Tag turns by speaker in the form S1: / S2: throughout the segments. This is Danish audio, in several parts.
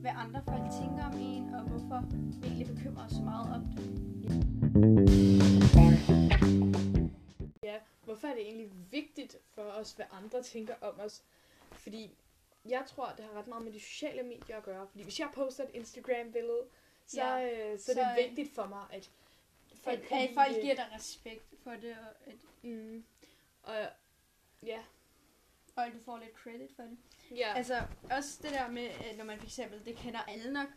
S1: hvad andre folk tænker om en, og hvorfor vi egentlig bekymrer os så meget om det.
S2: Hvorfor er det egentlig vigtigt for os, hvad andre tænker om os? Fordi jeg tror, det har ret meget med de sociale medier at gøre. Fordi hvis jeg poster et Instagram-billede, så,
S1: Ja,
S2: ja, øh, så,
S1: så,
S2: så er
S1: øh,
S2: det vigtigt for mig, at
S1: Folk,
S2: folk,
S1: at,
S2: kan
S1: at
S2: lide
S1: folk
S2: det.
S1: giver dig respekt for det, og at,
S2: Mm. Og ja,
S1: og at du får lidt credit for det.
S2: ja. Altså,
S1: Altså, også det der med, øh, når man for eksempel, det kender alle nok,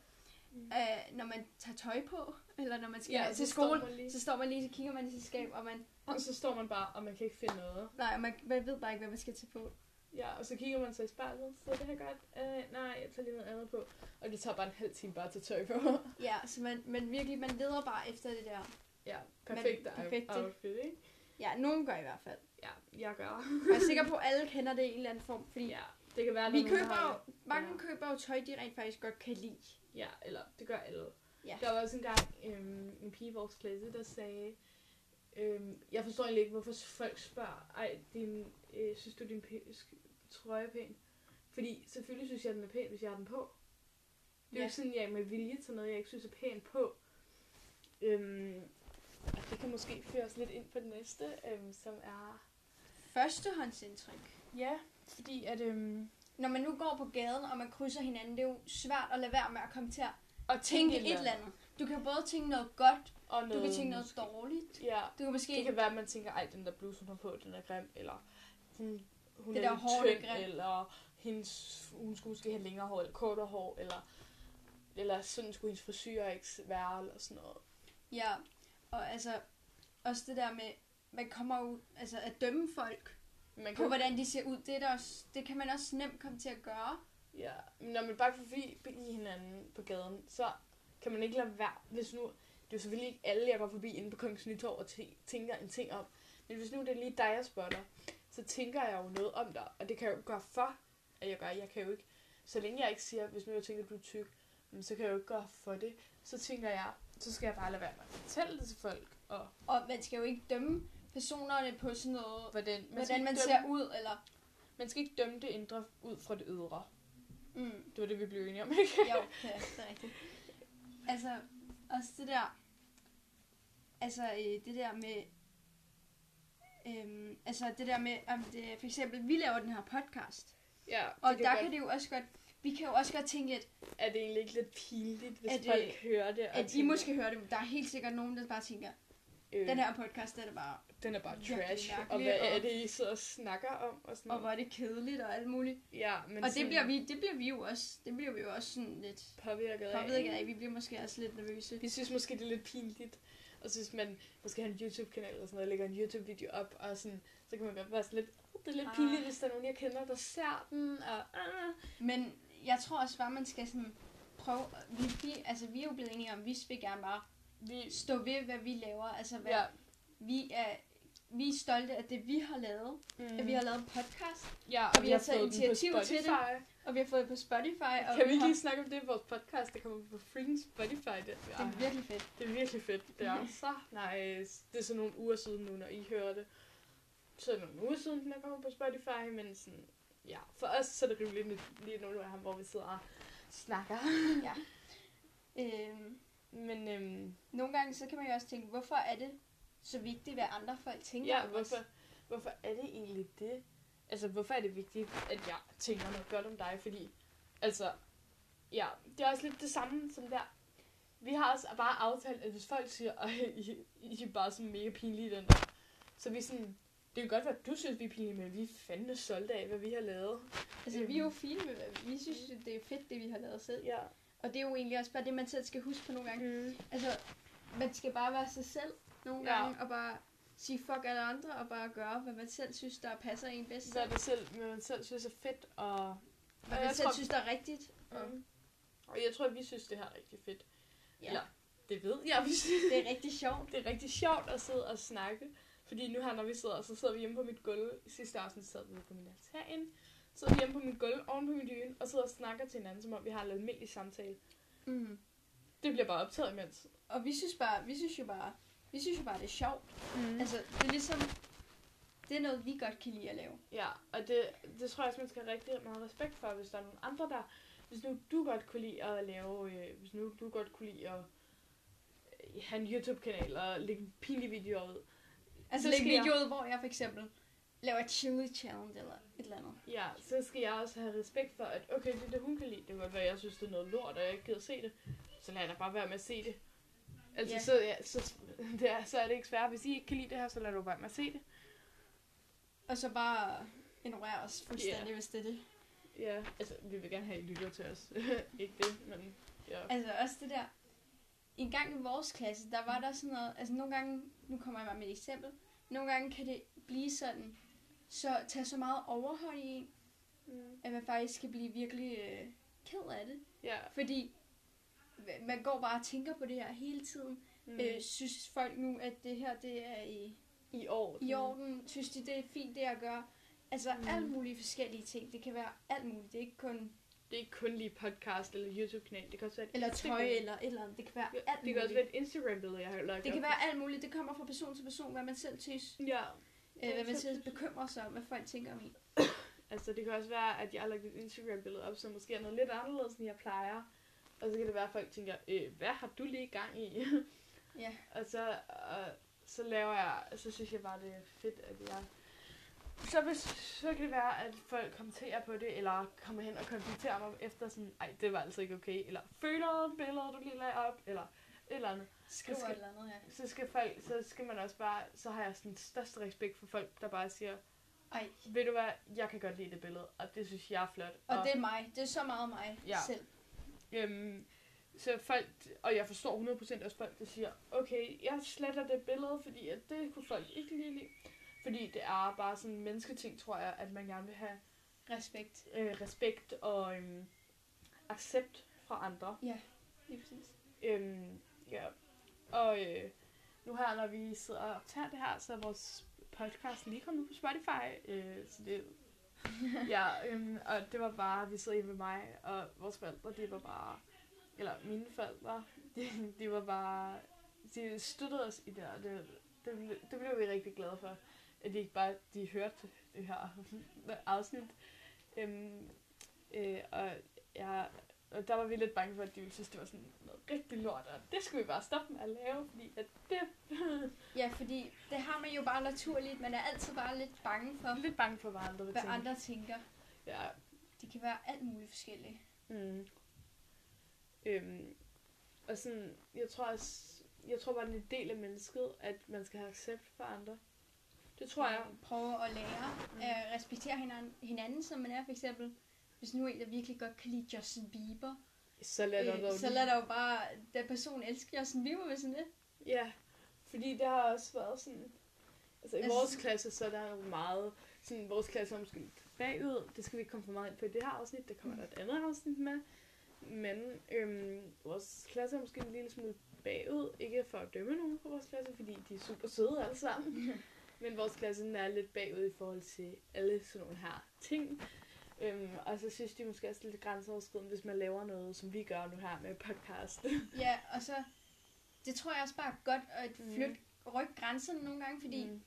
S2: Mm.
S1: øh, når man tager tøj på, eller når man skal
S2: Ja,
S1: ja,
S2: så
S1: til
S2: står
S1: skole,
S2: man lige.
S1: så står man lige, så kigger man i sit skab, og man,
S2: og så står man bare, og man kan ikke finde noget.
S1: nej, man, man ved bare ikke, hvad man skal tage på.
S2: Ja, og så kigger man sig i spejlet, så det her godt. Øh, nej, jeg tager lige noget andet på. Og det tager bare en halv time bare til tøj på.
S1: Ja, så man, man virkelig, man leder bare efter det der.
S2: ja, perfekt
S1: Men perfekte.
S2: outfit, ikke?
S1: Ja, nogen gør i hvert fald.
S2: Ja, jeg gør.
S1: Jeg er sikker på, at alle kender det i en eller anden form, fordi
S2: Ja, det kan være,
S1: vi
S2: når man
S1: køber
S2: har-
S1: jo, mange
S2: Ja.
S1: køber jo tøj, de rent faktisk godt kan lide.
S2: Ja, eller det gør alle.
S1: Ja.
S2: Der var også en gang øhm, en pige i vores klasse, der sagde, øhm, jeg forstår egentlig ikke, hvorfor folk spørger, ej, din, øh, synes du din p- sk- trøje er pæn? Fordi selvfølgelig synes jeg, den er pæn, hvis jeg har den på. Det er jo
S1: Ja.
S2: ikke sådan, jeg med vilje til noget, jeg ikke synes er pænt på. Øhm, og det kan måske føre os lidt ind på det næste, øhm, som er...
S1: Førstehåndsindtryk.
S2: Ja, fordi at... Øhm,
S1: Når man nu går på gaden, og man krydser hinanden, det er jo svært at lade være med at komme til at
S2: og
S1: tænke et eller andet. Du kan både tænke noget godt,
S2: Og
S1: Du
S2: noget,
S1: kan tænke noget dårligt.
S2: Ja,
S1: Du kan måske...
S2: Det kan være, at man tænker, ej, den der bluse, hun har på, den er grim, eller hun, hun det
S1: Det der
S2: er lidt
S1: hår, det er
S2: tynd,
S1: grimt.
S2: eller hendes, hun skulle måske have længere hår, eller kortere hår, eller, eller sådan skulle hendes frisyr ikke være, eller sådan noget.
S1: Ja, og altså... Også det der med... Man kommer jo... Altså at dømme folk
S2: Man
S1: på,
S2: kan,
S1: hvordan de ser ud. Det, er der også, det kan man også nemt komme til at gøre.
S2: ja, men når man bare kan forbi hinanden på gaden, så kan man ikke lade være, hvis nu, det er jo selvfølgelig ikke alle, jeg går forbi inde på Kongens Nytorv og tæ- tænker en ting om, men hvis nu det er lige dig, jeg spotter, så tænker jeg jo noget om dig, og det kan jeg jo ikke gøre for, at jeg gør, jeg kan jo ikke, så længe jeg ikke siger, hvis nu jeg tænker, du er tyk, jamen, så kan jeg jo ikke gøre for det, så tænker jeg, så skal jeg bare lade være med at fortælle det til folk, og
S1: Og man skal jo ikke dømme personerne på sådan noget...
S2: hvordan man, skal
S1: Hvordan
S2: ikke
S1: man
S2: dømme,
S1: ser ud, eller...
S2: man skal ikke dømme det indre ud fra det ydre.
S1: Mm,
S2: Det var det, vi blev enige om, ikke?
S1: jo, ja, det er rigtigt. Altså, også det der... Altså, øh, det der med... Øhm, altså, det der med... Om det, for eksempel, vi laver den her podcast.
S2: Ja, det
S1: Og
S2: kan
S1: der
S2: godt-
S1: kan det jo også godt... Vi kan jo også godt tænke lidt,
S2: Er det egentlig ikke lidt pinligt, hvis
S1: Er
S2: det,
S1: det-
S2: folk hører det? og
S1: at I
S2: tænker,
S1: måske hører det, men der er helt sikkert nogen, der bare tænker,
S2: øh,
S1: den her podcast, den er bare,
S2: den er bare
S1: virkelig
S2: trash. Og
S1: mærkelig,
S2: hvad er
S1: og-
S2: det, I sidder og snakker om? Og, sådan
S1: og hvor
S2: noget?
S1: er det kedeligt og alt muligt.
S2: Ja, men
S1: Og det
S2: sådan
S1: bliver vi, det bliver vi jo også, det bliver vi jo også sådan lidt
S2: påvirket af.
S1: påvirket
S2: ikke?
S1: af. Vi bliver måske også lidt nervøse.
S2: Vi synes måske, det er lidt pinligt. Og så hvis man måske har en YouTube-kanal eller sådan noget, og lægger en YouTube-video op, og sådan, så kan man godt være sådan lidt, "Uh, det er lidt
S1: Ah.
S2: pinligt, hvis der er nogen, jeg kender, der ser den, og ah.
S1: Men jeg tror også bare, man skal sådan prøve, vi, vi, altså vi er jo blevet enige om, vi vil gerne bare
S2: vi,
S1: stå ved, hvad vi laver. Altså hvad,
S2: ja,
S1: vi er, vi er stolte af det, vi har lavet.
S2: mm,
S1: At vi har lavet en podcast,
S2: ja, og,
S1: vi har taget
S2: fået den på
S1: initiativ til det,
S2: Spotify.
S1: og vi har fået det på Spotify. Og
S2: Kan vi
S1: har,
S2: lige snakke om det i vores podcast, der kommer på freaking Spotify? Det,
S1: Det er virkelig fedt.
S2: Det er virkelig fedt. Det er så nice. Det er sådan nogle uger siden nu, når I hører det. Så er det nogle uger siden, den er kommet på Spotify, men sådan, ja, for os så er det rimeligt nyt lige nu, nu er ham, hvor vi sidder og snakker.
S1: Ja. Øhm,
S2: Men øhm,
S1: Nogle gange så kan man jo også tænke, hvorfor er det så vigtigt, hvad andre folk tænker
S2: ja,
S1: om
S2: hvorfor,
S1: os?
S2: hvorfor er det egentlig det? Altså, hvorfor er det vigtigt, at jeg tænker noget godt om dig? Fordi, altså, ja, det er også lidt det samme som der. Vi har også bare aftalt, at hvis folk siger, at I, I er bare sådan mega pinlige i den der, så er vi sådan, det kan godt være, at du synes, vi er pinlige, men vi er fandme stolte af, hvad vi har lavet.
S1: Altså, vi er
S2: Øhm.
S1: jo fine med, hvad- vi synes, jo, det er fedt, det vi har lavet selv.
S2: Ja.
S1: Og det er jo egentlig også bare det, man selv skal huske på nogle gange.
S2: Mm.
S1: Altså, man skal bare være sig selv nogle
S2: Ja.
S1: gange, og bare sige fuck alle andre, og bare gøre, hvad man selv synes, der passer en bedst.
S2: Hvad man selv, hvad man selv synes er fedt, og... og
S1: Hvad
S2: jeg
S1: man selv
S2: tror-
S1: synes, der er rigtigt. Og,
S2: Mm. Og jeg tror, at vi synes, det her er rigtig fedt.
S1: ja,
S2: Eller- Det ved jeg, vi synes.
S1: det er rigtig sjovt.
S2: Det er rigtig sjovt at sidde og snakke. Fordi nu her, når vi sidder, så sidder vi hjemme på mit gulv. I sidste aften sad vi på min altan. Så sidder vi hjemme på mit gulv, oven på min dyne, og sidder og snakker til hinanden, som om vi har en almindelig samtale.
S1: Mm.
S2: Det bliver bare optaget imens.
S1: Og vi synes, bare, vi synes jo bare, vi synes jo bare, det er sjovt.
S2: Mm.
S1: Altså, det er ligesom, det er noget, vi godt kan lide at lave.
S2: Ja, og det, det tror jeg også, man skal have rigtig meget respekt for, hvis der er nogle andre, der hvis nu du godt kunne lide at lave, øh, hvis nu du godt kunne lide at øh, have en YouTube-kanal og lægge pinlige videoer ud.
S1: Altså,
S2: Læg
S1: læg
S2: videoer.
S1: video ud, hvor jeg for eksempel laver chili challenge eller et eller andet.
S2: Ja, så skal jeg også have respekt for, at okay, det er det, hun kan lide. Det kan godt være, jeg synes, det er noget lort, og jeg ikke gider se det. Så lad jeg da bare være med at se det. Altså,
S1: Ja.
S2: yeah. så, ja, så, det er, så er det ikke svært. Hvis I ikke kan lide det her, så lad du bare med at se det.
S1: Og så bare ignorere os fuldstændig, yeah. hvis det er det.
S2: Ja, altså, vi vil gerne have, at I lytter til os. ikke det, men ja.
S1: Altså også det der, en gang i vores klasse, der var der sådan noget, altså nogle gange, nu kommer jeg bare med et eksempel, nogle gange kan det blive sådan, så tage så meget overhånd i en,
S2: Mm.
S1: at man faktisk kan blive virkelig øh, ked af det.
S2: Ja.
S1: Fordi hva- man går bare og tænker på det her hele tiden. Mm. Øh, synes folk nu, at det her det er i,
S2: I år.
S1: i orden? Synes de, det er fint det at gøre? Altså
S2: Mm.
S1: mm. alle mulige forskellige ting. Det kan være alt muligt. Det er ikke kun
S2: Det er ikke kun lige podcast eller YouTube-kanal. Det kan også være et
S1: eller tøj
S2: Instagram-
S1: eller et eller andet. Det kan være
S2: Ja,
S1: alt
S2: Det kan også
S1: muligt.
S2: være et Instagram-billede, jeg har lagt
S1: Det kan
S2: op.
S1: være alt muligt. Det kommer fra person til person, hvad man selv synes,
S2: Ja.
S1: øh, hvad man
S2: Så-
S1: selv bekymrer sig om, hvad folk tænker om en.
S2: Altså, det kan også være, at jeg har lagt et Instagram-billede op, som måske er noget lidt anderledes, end jeg plejer. Og så kan det være, at folk tænker, øh, hvad har du lige gang i?
S1: Ja.
S2: og så, og så laver jeg, så synes jeg bare, det er fedt, at jeg... Så, hvis, så kan det være, at folk kommenterer på det, eller kommer hen og konfronterer mig efter sådan, ej, det var altså ikke okay, eller føler billeder, du lige lagde op, eller et eller andet.
S1: Skriver
S2: skal-
S1: et eller andet, ja.
S2: Så skal, folk, så skal man også bare, så har jeg sådan største respekt for folk, der bare siger,
S1: Ej,
S2: ved du hvad, jeg kan godt lide det billede, og det synes jeg er flot.
S1: og det er mig. Det er så meget mig
S2: Ja.
S1: ja. selv.
S2: Øhm, så folk, og jeg forstår 100% også folk, der siger, okay, jeg sletter det billede, fordi at det kunne folk ikke lige lide. Fordi det er bare sådan en mennesketing, tror jeg, at man gerne vil have
S1: Respekt.
S2: øh, respekt og øhm, accept fra andre.
S1: Lige præcis.
S2: Øhm, ja. Og øh, nu her, når vi sidder og optager det her, så er vores podcast lige kommet ud på Spotify. Øh, så det, ja, øhm, og det var bare, vi sidder hjemme med mig, og vores forældre, det var bare, eller mine forældre, de, de var bare, de støttede os i det, og det, det, blev- det blev vi rigtig glade for, at de ikke bare, de hørte det her afsnit. Øhm, øh, og jeg og der var vi lidt bange for, at de ville synes, det var sådan noget rigtig lort, og det skulle vi bare stoppe med at lave, fordi at det
S1: Ja, fordi det har man jo bare naturligt. Man er altid bare lidt bange for,
S2: er lidt bange for, hvad andre vil
S1: hvad
S2: tænke.
S1: andre tænker.
S2: Ja.
S1: Det kan være alt muligt forskelligt.
S2: Mm. Øhm, og sådan, jeg tror også, jeg tror bare, det er en del af mennesket, at man skal have accept for andre. Det tror jeg.
S1: Prøve at lære
S2: Mm.
S1: at respektere hinanden, hinanden, som man er. For eksempel, hvis nu en, der virkelig godt kan lide Justin Bieber,
S2: Så lad dig dog
S1: øh, så
S2: lige-
S1: lad dig jo bare, den person elsker Justin Bieber, hvis sådan det.
S2: Ja, fordi det har også været sådan... Altså i
S1: Altså-
S2: vores klasse, så er der jo meget... Sådan, vores klasse er måske lidt bagud. Det skal vi ikke komme for meget ind på i det her afsnit. Der kommer der et andet afsnit med. Men øhm, vores klasse er måske en lille smule bagud. Ikke for at dømme nogen fra vores klasse, fordi de er super søde alle sammen. Men vores klasse den er lidt bagud i forhold til alle sådan nogle her ting. Øhm, og så synes de måske også lidt grænseoverskridende, hvis man laver noget, som vi gør nu her med podcast.
S1: Ja, og så, det tror jeg også bare er godt at
S2: Mm.
S1: flytte, rykke grænserne nogle gange, fordi mm.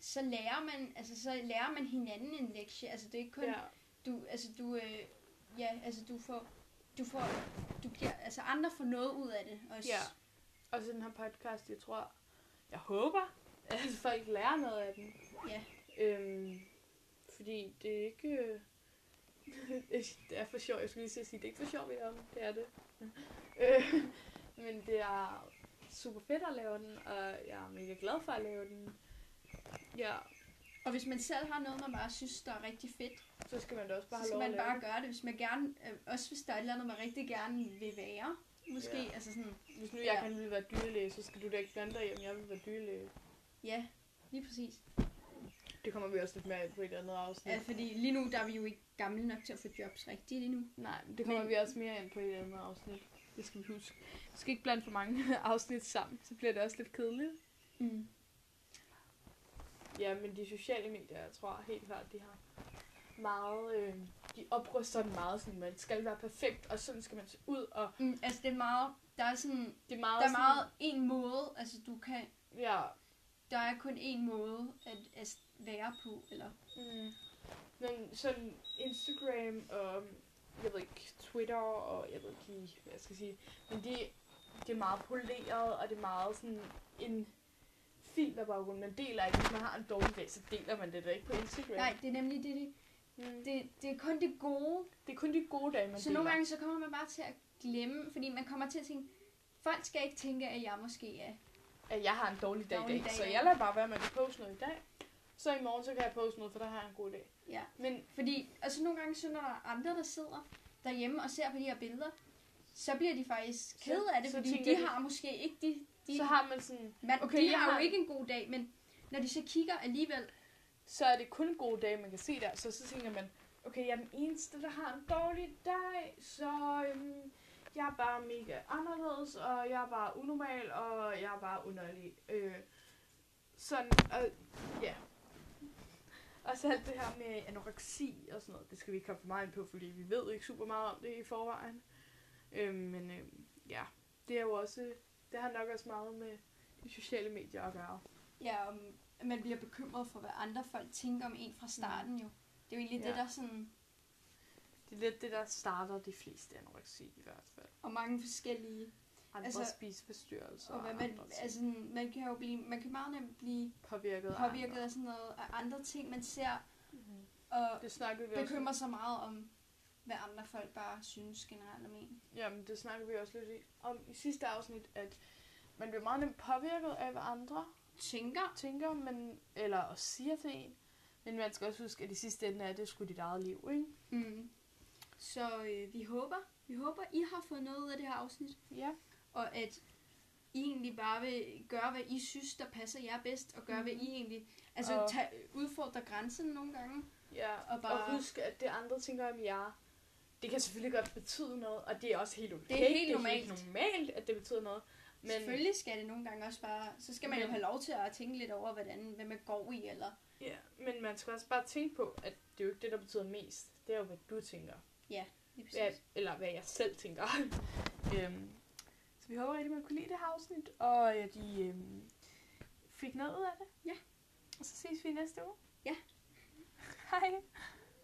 S1: så lærer man, altså så lærer man hinanden en lektie. Altså det er ikke kun,
S2: ja.
S1: du, altså du, øh, ja, altså du får, du får, du bliver, altså andre får noget ud af det også.
S2: Ja. Og så den her podcast, jeg tror, jeg håber, at folk lærer noget af den.
S1: Ja.
S2: Øhm, fordi det er ikke... øh, det er for sjovt. Jeg skulle lige til at sige, det er ikke for sjovt, vi om. Det er det.
S1: Mm.
S2: Øh, Men det er super fedt at lave den, og jeg er mega glad for at lave den. Ja,
S1: Og hvis man selv har noget, man bare synes, der er rigtig fedt,
S2: så skal man da også bare
S1: så
S2: have
S1: skal
S2: lov at lave
S1: man bare
S2: den.
S1: gøre det. Hvis man gerne, øh, også hvis der er et eller andet, man rigtig gerne vil være, måske,
S2: Ja.
S1: ja. altså sådan,
S2: Hvis nu jeg
S1: Ja.
S2: kan ville være dyrlæge, så skal du da ikke blande dig hjem, jeg vil være dyrlæge.
S1: ja, lige præcis.
S2: Det kommer vi også lidt mere ind på i et andet afsnit.
S1: Ja, fordi lige nu, der er vi jo ikke gamle nok til at få jobs rigtigt lige nu.
S2: Nej, men det kommer
S1: Men-
S2: vi også mere ind på i et andet afsnit. Det skal vi huske. Vi skal ikke blande for mange afsnit sammen, så bliver det også lidt kedeligt.
S1: Mm.
S2: Ja, men de sociale medier, jeg tror helt klart, de har meget... Øh, de opruster den meget, sådan, man skal være perfekt, og sådan skal man se ud, og
S1: Mm, altså det er meget, der er sådan,
S2: det er meget...
S1: der er
S2: sådan-
S1: meget en måde, altså du kan,
S2: Ja.
S1: der er kun en måde at, at være på, eller
S2: Mm. Men sådan Instagram og jeg ved ikke, Twitter og jeg ved ikke, lige, hvad jeg skal sige. Men de, det er meget poleret, og det er meget sådan en filterbaggrund. Man deler ikke, hvis man har en dårlig dag, så deler man det da ikke på Instagram.
S1: Nej, det er nemlig det, det,
S2: Mm.
S1: det, det er kun det gode.
S2: Det er kun de gode dage, man
S1: så
S2: deler.
S1: nogle gange, så kommer man bare til at glemme, fordi man kommer til at tænke, folk skal ikke tænke, at jeg måske er.
S2: at jeg har en dårlig dag, dårlig
S1: Dårlig
S2: dag,
S1: dag,
S2: så
S1: ja.
S2: jeg lader bare være med at poste noget i dag. Så i morgen, så kan jeg poste noget, for der har jeg en god dag.
S1: Ja.
S2: Men
S1: Fordi, og så nogle gange, så når der er andre, der sidder derhjemme og ser på de her billeder, så bliver de faktisk
S2: Så-
S1: ked af det,
S2: så
S1: fordi
S2: tænker
S1: de
S2: de-
S1: har måske ikke de... de
S2: så har man sådan,
S1: man,
S2: okay,
S1: okay, de
S2: jeg
S1: har
S2: har-
S1: jo ikke en god dag, men når de så kigger alligevel,
S2: så er det kun gode dage, man kan se der. Så, så tænker man, okay, jeg er den eneste, der har en dårlig dag, så øhm, jeg er bare mega anderledes, og jeg er bare unormal, og jeg er bare underlig. Øh, sådan, og ja. Og så alt det her med anoreksi og sådan noget, det skal vi ikke komme for meget ind på, fordi vi ved ikke super meget om det i forvejen. Øh, men øh, ja, det er jo også, det har nok også meget med de sociale medier at gøre.
S1: ja, om, at man bliver bekymret for, hvad andre folk tænker om en fra starten jo. Det er jo egentlig
S2: Mm. Ja.
S1: det, der sådan,
S2: Det er lidt det, der starter de fleste anoreksi i hvert fald.
S1: og mange forskellige,
S2: andre altså,
S1: Altså,
S2: spiseforstyrrelser
S1: og hvad man,
S2: andre ting.
S1: altså, sådan, man kan jo blive, man kan meget nemt blive
S2: påvirket, af
S1: påvirket
S2: andre.
S1: af sådan noget, af andre ting, man ser,
S2: Mhm.
S1: og
S2: Det snakkede vi
S1: bekymrer
S2: også
S1: sig meget om, hvad andre folk bare synes generelt om en.
S2: Jamen, det snakkede vi også lidt i- om i sidste afsnit, at man bliver meget nemt påvirket af, hvad andre
S1: Tænker,
S2: tænker, men, eller også siger til en. Men man skal også huske, at i sidste ende er det sgu dit eget liv, ikke?
S1: Mm. Så øh, vi håber, vi håber, I har fået noget ud af det her afsnit,
S2: Ja.
S1: og at I egentlig bare vil gøre, hvad I synes, der passer jer bedst, og gøre, hvad
S2: Mhm.
S1: I egentlig... Altså,
S2: Og-
S1: og... tage, udfordre grænsen nogle gange.
S2: ja. Og,
S1: Og
S2: bare...
S1: bare-
S2: og husk, at det andre tænker om jer, det kan selvfølgelig godt betyde noget, og det er også helt okay.
S1: helt
S2: Det er helt normalt, at det betyder noget.
S1: Men... Selvfølgelig skal det nogle gange også bare... Så skal man jo
S2: Men-
S1: have lov til at tænke lidt over, hvordan, hvad man går i, eller...
S2: Ja, men man skal også bare tænke på, at det er jo ikke det, der betyder mest. Det er jo, hvad du tænker.
S1: Lige præcis.
S2: Hvad, eller hvad jeg selv tænker. øhm, så vi håber rigtig, man kunne lide det her afsnit, og øh, de øhm, fik noget ud af det.
S1: Ja.
S2: Og så ses vi i næste uge.
S1: Ja.
S2: Hej.